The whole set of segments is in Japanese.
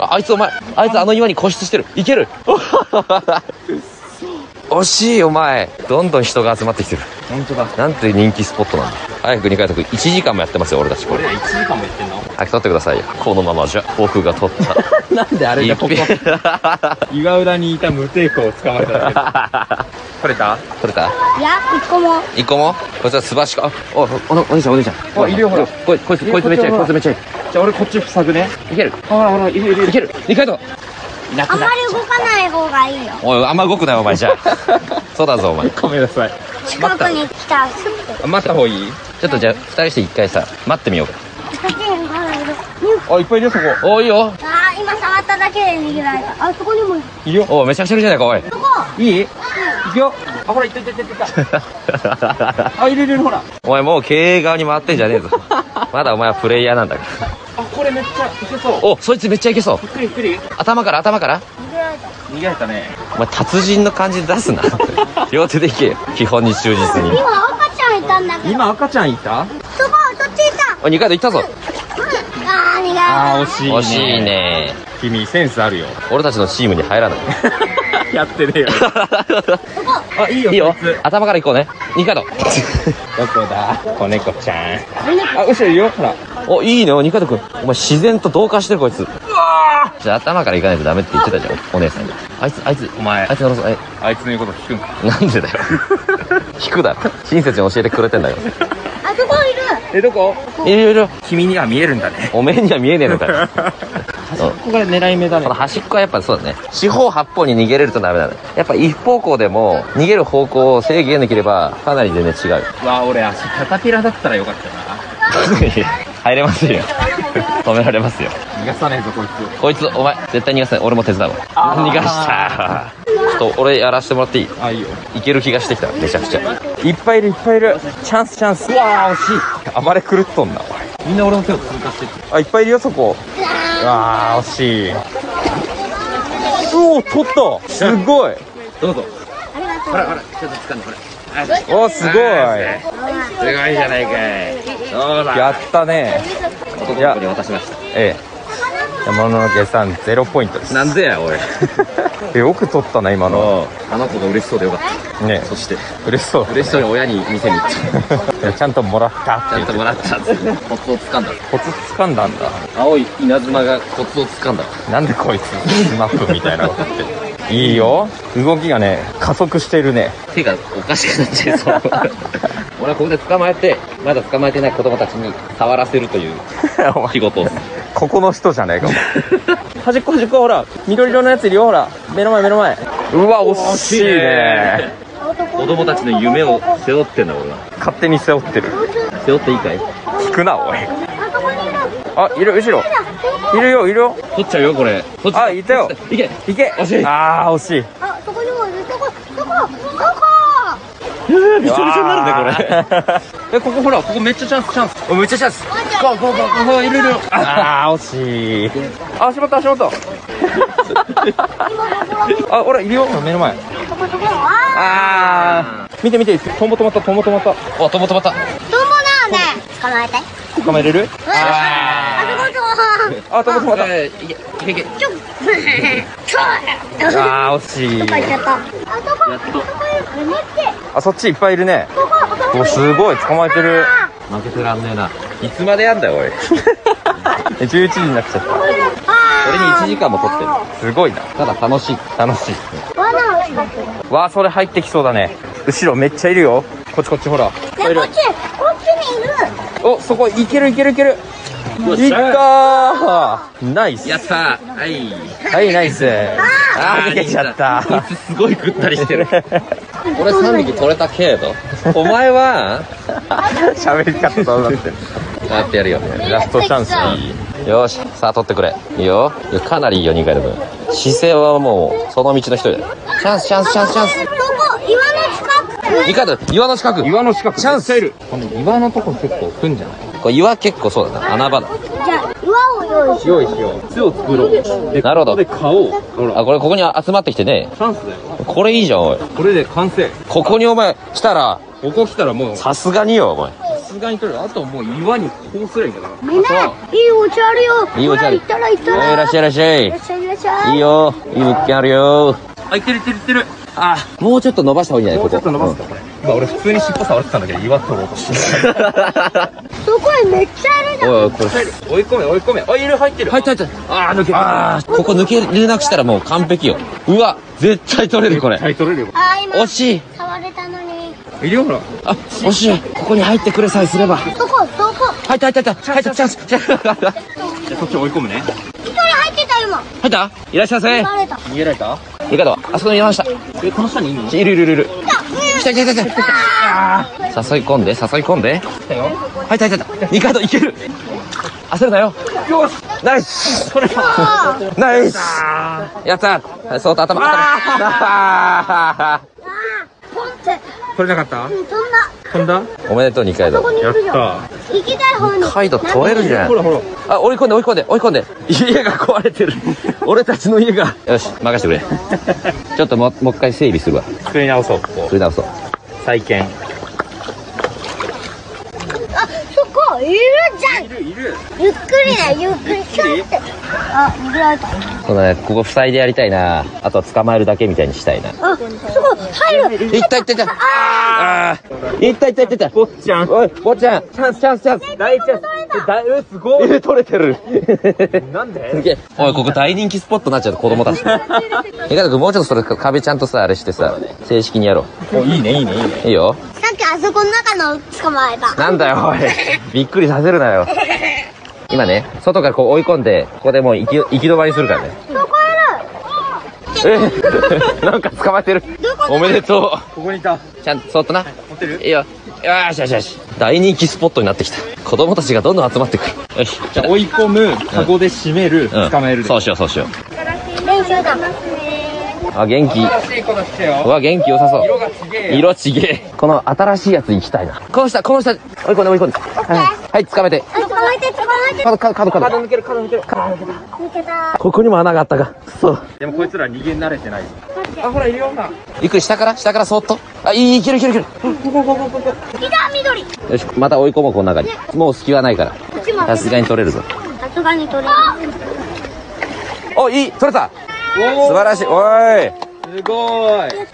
あいつお前あいつあの岩に固執してるいける 惜しいお前どんどん人が集まってきてる本当だなんて人気スポットなんだ早く二階君1時間もやってますよ俺たちこれ俺ら1時間も言ってんの早く取ってくださいよこのままじゃ僕が取った なんであれだここ岩浦にいた無抵抗を捕まえただけ だ取れた取れたいや、一個も。一個もこいつはすばしかあおおお姉ちゃんお姉ちゃんあいるよほらこいこいつこいつめっちゃいいこいつめっちゃいいじゃあ俺こっち塞ぐねいけるほらほらいるいるいける二階堂いなあくんなまっり動かない方がいいよ。おいあんま動くなよお前じゃあ そうだぞお前ごめんなさい近くに来たらすぐ。待った方がいいちょっとじゃあ2人して1回さ待ってみようか近くにまだいる。にゅあいっぱいいるよそこおいいよああ、今触っただけで逃げられた。あ、そこにもいる。いるよおいめちゃくちゃいるじゃないかおい そこいいいくよあほらいったいったいったいったあいるいるいるほらお前もう経営側に回ってんじゃねえぞまだお前はプレイヤーなんだからあこれめっちゃいけそうおそいつめっちゃいけそうゆっくりゆっくり頭から頭から逃げられた。逃げられたねお前達人の感じ出すな 両手でいけよ基本に忠実に今赤ちゃんいたんだけど。今赤ちゃんいたそこ、そっちいた。おい2階堂行ったぞうん。ああ、逃げられた。あー惜しいね惜しいね君センスあるよ俺たちのチームに入らない やってねえよあいいよいいよこいつ頭から行こうね二 階堂どこだ子猫ちゃんあ後ろいるよほらおいいねおい二階堂君お前自然と同化してるこいつじゃあ頭から行かないとダメって言ってたじゃんお姉さんにあいつあいつお前あいつのえあいつの言うこと聞くんかなんでだよ引くだろ親切に教えてくれてんだよあそこいる。 えどこいろいろ君には見えるんだねおめえには見えねえのかよここが狙い目だこの端っこはやっぱそうだね四方八方に逃げれるとダメだねやっぱ一方向でも逃げる方向を制限できればかなり全然違う わ俺足タタピラだったらよかったな入れませんよ止められますよ逃がさねえぞこいつこいつお前絶対逃がせない俺も手伝うわあー逃がしたちょっと俺やらせてもらっていいあいいよいける気がしてきためちゃくちゃいっぱいいるいっぱいいるチャンスチャンスうわあ惜しい暴れ狂っとんなみんな俺の手を通過してあいっぱいいるよそこうわあ惜しいうおお取ったすごいどうぞありがとおすごいう。すごいじゃないかいそうやったね男の子に渡しましたええ山の家さんゼロポイントですなんでやおいえよく取ったな今のあの子が嬉しそうでよかったねそして嬉しそう嬉しそうに親に店に行っていやちゃんともらったってちゃ言んってともらったってコツをつかんだコツ掴んだんだ青い稲妻がコツをつかんだなんでこいつスマップみたいなことっていいよ動きがね加速してるね手がおかしくなっちゃいそう俺はここで捕まえてまだ捕まえてない子供たちに触らせるという お前仕事をするここの人じゃねえかも 端っこ端っこほら緑色のやついるよほら目の前目の前うわ惜しいね子供たちの夢を背負ってんだ俺は勝手に背負ってる背負っていいかい聞くなおいあそこにいる。あいる後ろいるよいるよ取っちゃうよこれ取っちゃうあいたよいけいけ惜しいああ惜しいあ、そこにもいる。どこ、どこ、どこびしょびしょになるねこれこれえここほらここめっちゃチャンスチャンスおめっちゃチャンスゴーゴーゴーゴーいるいるああ惜しいあ足元足 元あほらいるよ目の前そこそこ。あああ見て見てトンボ止まったトンボ止まったお止まった止まったー、トンボだよね。捕まえたい。捕まえれるうんあそこそこ。あトンボ止まっえーいけいけいけちょっちょったあああ惜っちしゃいった。あそこ、あそこいる。って。あそっちいっぱいいるねここ、ここおすごい捕まえてる負けてらんねえないつまでやんだよおい え11時になっちゃっ俺に俺に1時間も取ってるたすごいなただ楽しい楽しい罠を仕掛ける。わあそれ入ってきそうだね後ろめっちゃいるよこっちこっちほらね、こっち、こっちにいる。おそこいけるいけるいけるよっいっしゃたーナイスやったーはいはいナイスあー逃げちゃったこいつすごいぐったり してる俺3匹取れたけれどお前は喋り方どうなってるこうやってやるよ ラストチャンスよーしさあ取ってくれいいよいやかなりいいよ二階堂君姿勢はもうその道の一人だよチャンスチャンスチャンスチャンスそこ、岩の近く。二階堂岩の近く岩の近くチャンスこの岩のとこ結構来んじゃないこれ岩結構そうだな穴場だじゃあ、岩を用意しよ用意しよう巣を作ろうなるほど買おうほあこれここに集まってきてねチャンスだよこれいいじゃんおいこれで完成ここにお前来たらここ来たらもうさすがによお前す側に取る。あとはもう岩にこうすればいいんだから。みんな、いいお茶あるよ。いいお茶あるほら行ったら行ったはら。いいらっしゃいいらっしゃいいらっしゃいいらっしゃい。いいよいい物件あるよあ、いってるいってるいってる。あー、もうちょっと伸ばした方がいいんじゃないここか、これ。まあ俺普通に尻尾触ってたんだけど、岩取ろうとしてそこにめっちゃあるじゃん。うんおい これ追い込め追い込め。あ、いる入ってる。入った入ったあー、抜けああここ抜けれなくしたらもう完璧ようわ絶対取れるこれはい、取れるよ。あー、今、惜しい触れたのに。いるよ、ほら。あ惜しいここに入ってくれさえすればどこどこ入った入った入った入ったチャンスチャンスじゃあそっち追い込むね。一人入ってた今。入ったいらっしゃいませバレた。逃げられたいかだわあそこにいましたえ、この下にいるのいるいるいるいる来た。来た来た来た来た誘い込んで誘い込んで来たよ。入った入った入った二カードいける焦るなよよしナイスこれは。うん。ナイスやったー相当頭頭あー、ポンって。取れなかっうんそんな。た飛んだ おめでとう二階そ堂こにいるじゃん。やった行きたい方に。カイド取れるじゃんほらほら。あ追い込んで追い込んで追い込んで家が壊れて る俺たちの家がよし任してく れちょっとももう一回整理するわ作り直そう、ここそ。れ直そう再建。あ、そこ、いるじゃん。る、いる。ゆっくりね、ゆっくり。ひょんって。あ、逃げられた。そうだねここ塞いでやりたいなあとは捕まえるだけみたいにしたいなあ、すごい、入る。いったいったいったあーいったいったいったいった坊ちゃん。おい坊ちゃんチャンスチャンスチャンス大ちゃん。大、え、すごい。え取れてるなんですげえおいここ大人気スポットになっちゃう子供 たちえかとくんもうちょっとそれ壁ちゃんとさあれしてさ正式にやろいいね、いいね、いいね。ういいよさっきあそこの中の捕まえた。なんだよ、おい。びっくりさせるなよ。今ね、外からこう追い込んで、ここでもう行き行き止まりするからね。 そこいる。えなんか捕まえてる。おめでとここにいた。う。ちゃんと、そっとな。持ってるいいよ。よーしよしよし。大人気スポットになってきた。子供たちがどんどん集まってくる。よし。じゃあ追い込む、カゴで締める、うん捕まえるで。そうしよう、そうしよう。練習だ。あ、元気。しい子だってよう。わ、元気良さそう。がすげえ色ちげえ。この新しいやつ行きたいな。この下、この下。追い込んで追い込んで。はい、はい、掴めて。あ、捕まえて、捕まえて。角、角、角、角。抜ける、角抜ける。抜けた。ここにも穴があったか。くそ。でもこいつら逃げ慣れてない。あ、ほら、いるような。ゆっくり下から、下からそっと。あ、いい、いけるいけるいける。来た、緑。こよし、また追い込もう、この中に。もう隙はないから。っちも。さすがに取れるぞ。さすがに取れる。お、いい、取れたお素晴らしい。おーい。ー、すごーい。あ、緑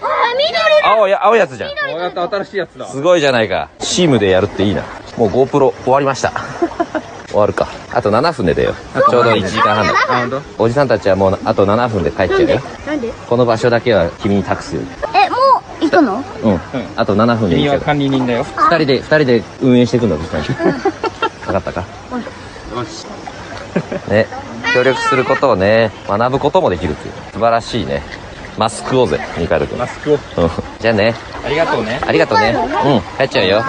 青や、青いやつじゃん。こうやって新しいやつだ。すごいじゃないか。チームでやるっていいな。もう GoPro 終わりま した。終わるか。あと7分で出よう。ちょうど1時間半だ。あ、ほんとおじさんたちはもうあと7分で帰っちゃうよ。なんでこの場所だけは君に託すよ。え、もう行くのうん。あと7分でいい君けはど。管理人だよ。二人で、二人で運営していくんだぞ、二人で。分かったかよし。ね、協力することをね、学ぶこともできるっていう。素晴らしいね。マスクをぜ、二階堂君。うマんスクを。じゃあね、ありがとうね。ありがとうね。うん、帰っちゃうよ。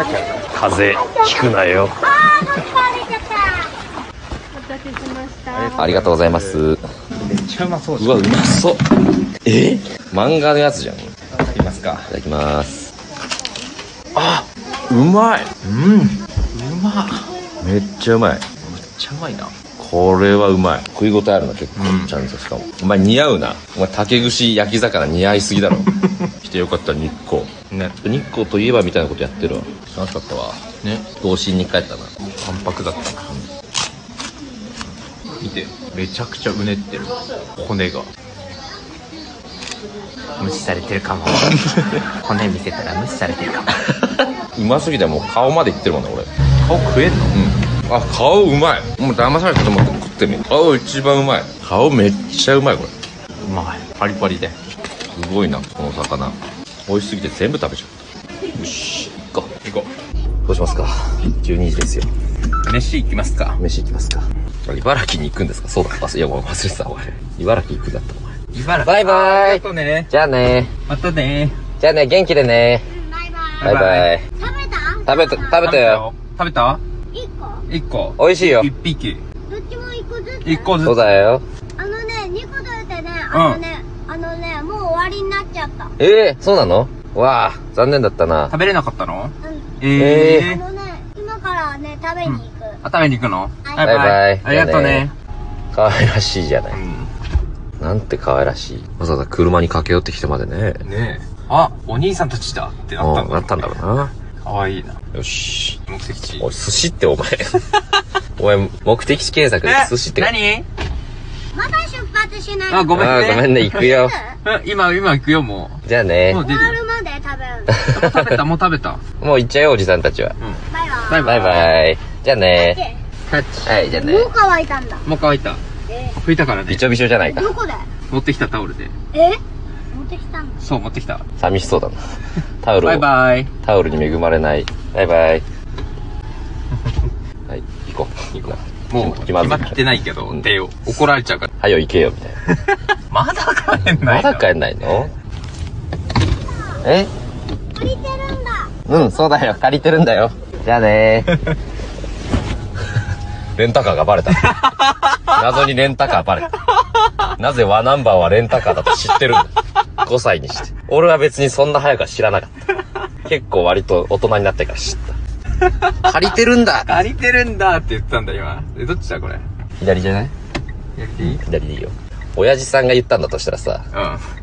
風邪、ひくなよ。あー、もう捕まれちゃった。ありがとうございます。うめっちゃうまそうじゃん。わ、うまそう。え漫画のやつじゃん。いいきますか。ただきます。うまい。うん。うま。めっちゃうまい。めっちゃうまいな。これはうまい。食い応えあるな、結構。うんちゃんとしかも。お前似合うな。お前竹串焼き魚似合いすぎだ ろ。来てよかった、日光。ね。日光といえばみたいなことやってるわ。楽しかったわ。ね。童心に帰ったな。淡白だったな。見て、めちゃくちゃうねってる。骨が。無視されてるか も。骨見せたら無視されてるかも。うますぎてもう顔までいってるもんね俺顔食えんのうんあ顔うまいもう騙されたと思って食ってみる顔一番うまい顔めっちゃうまいこれうまい。パリパリで。すごいなこの魚美味しすぎて全部食べちゃったよし行こ行こうどうしますか12時ですよう。飯行きますか。飯行きますか茨城に行くんですかそうだ忘れいやもう忘れてたお前茨城行くんだったお前茨バイバあイりがとうね。じゃあねまたね。じゃあね元気でねバイババイバイイ。食べた食べた食べたよ。食べた一個一個。美味しいよ一匹。どっちも一個ずつ一個ずそうつ。だよあのね、二個取れてね、あのね、あのね、もう終わりになっちゃった。うん。ええそうなのわあ残念だったな食べれなかったのええあー。のね、今からね、食べに行く。あ、食べに行くのはいバイバイありがとうね。可愛らしいじゃないうんなんて可愛らしい。わざわざ車に駆け寄ってきてまでね。ねえあお兄さんたちだってなったうんん、だなったんだろうな。かわいいな。よし。目的地。おい、寿司ってお前。 お前、目的地検索で寿司って。何まだ出発しないあ、ごめんあね。ーごめんね、行くよ。 うん今、今行くよ、もじゃあう。ねも。う出終るわよ。るまで食べるもう 食べた、もう食べた。もう行っちゃうよ、おじさんたちは。バイババイイバイバイ。じゃあね。でキャッチ。はい、じゃあねも。う乾いたんだもう乾いた。え拭いたからねび。ちょびちょじゃないか。どこで持ってきたタオルで。え持ってきたんだそう、持ってきた。寂しそうだな。タオルバイを、バイ。タオルに恵まれない。バイバイ。はい、行こう。行こもう、気決まずいまってないけど、出よう。怒られちゃうから。う。はよ、行けよ、みたいな。まだ帰んまだん帰んないのえ借りてるんだうん、そうだよ。借りてるんだよ。じゃあ ねー。レンタカーがバレた。謎にレンタカーバレた。なぜワナンバーはレンタカーだと知ってるんだ。5歳にして。俺は別にそんな早くは知らなかった。結構割と大人になってから知 った。借りてるんだ借りてるんだって言ったんだ、今。え、どっちだ、これ。左じゃないやりていいうん。左でいいよ。親父さんが言ったんだとしたらさ、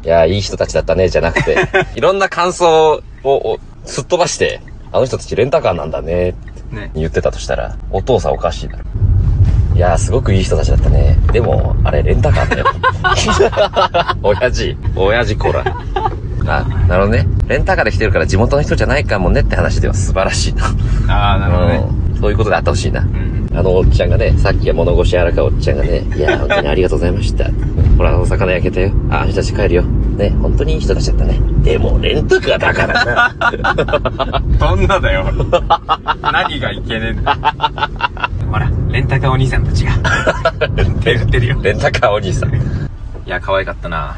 いやー、いい人たちだったね、じゃなく て、いろんな感想ををすっ飛ばして、あの人たちレンタカーなんだね、ね。言ってたとしたら、お父さんおかしいだろ。いやー、すごくいい人たちだったね。でも、あれ、レンタカーだよ。 親父、親父こら。あ、なるほどね。レンタカーで来てるから地元の人じゃないかもねって話では素晴らしいな。あー、なるほどね。うん。そういうことであってほしいな。うん。あのおっちゃんがね、さっきは物腰柔らかいおっちゃんがね、いやー、本当にありがとうございました。ほら、お魚焼けたよ。あ、明日たち帰るよ。ね、本当にいい人たちだったね。でも、レンタカーだからな。どんなだ よ。何がいけねえんだ。ほら、レンタ カーお兄さんたちが。出る、出るよ。レンタカーお兄さん。いや、可愛かったな。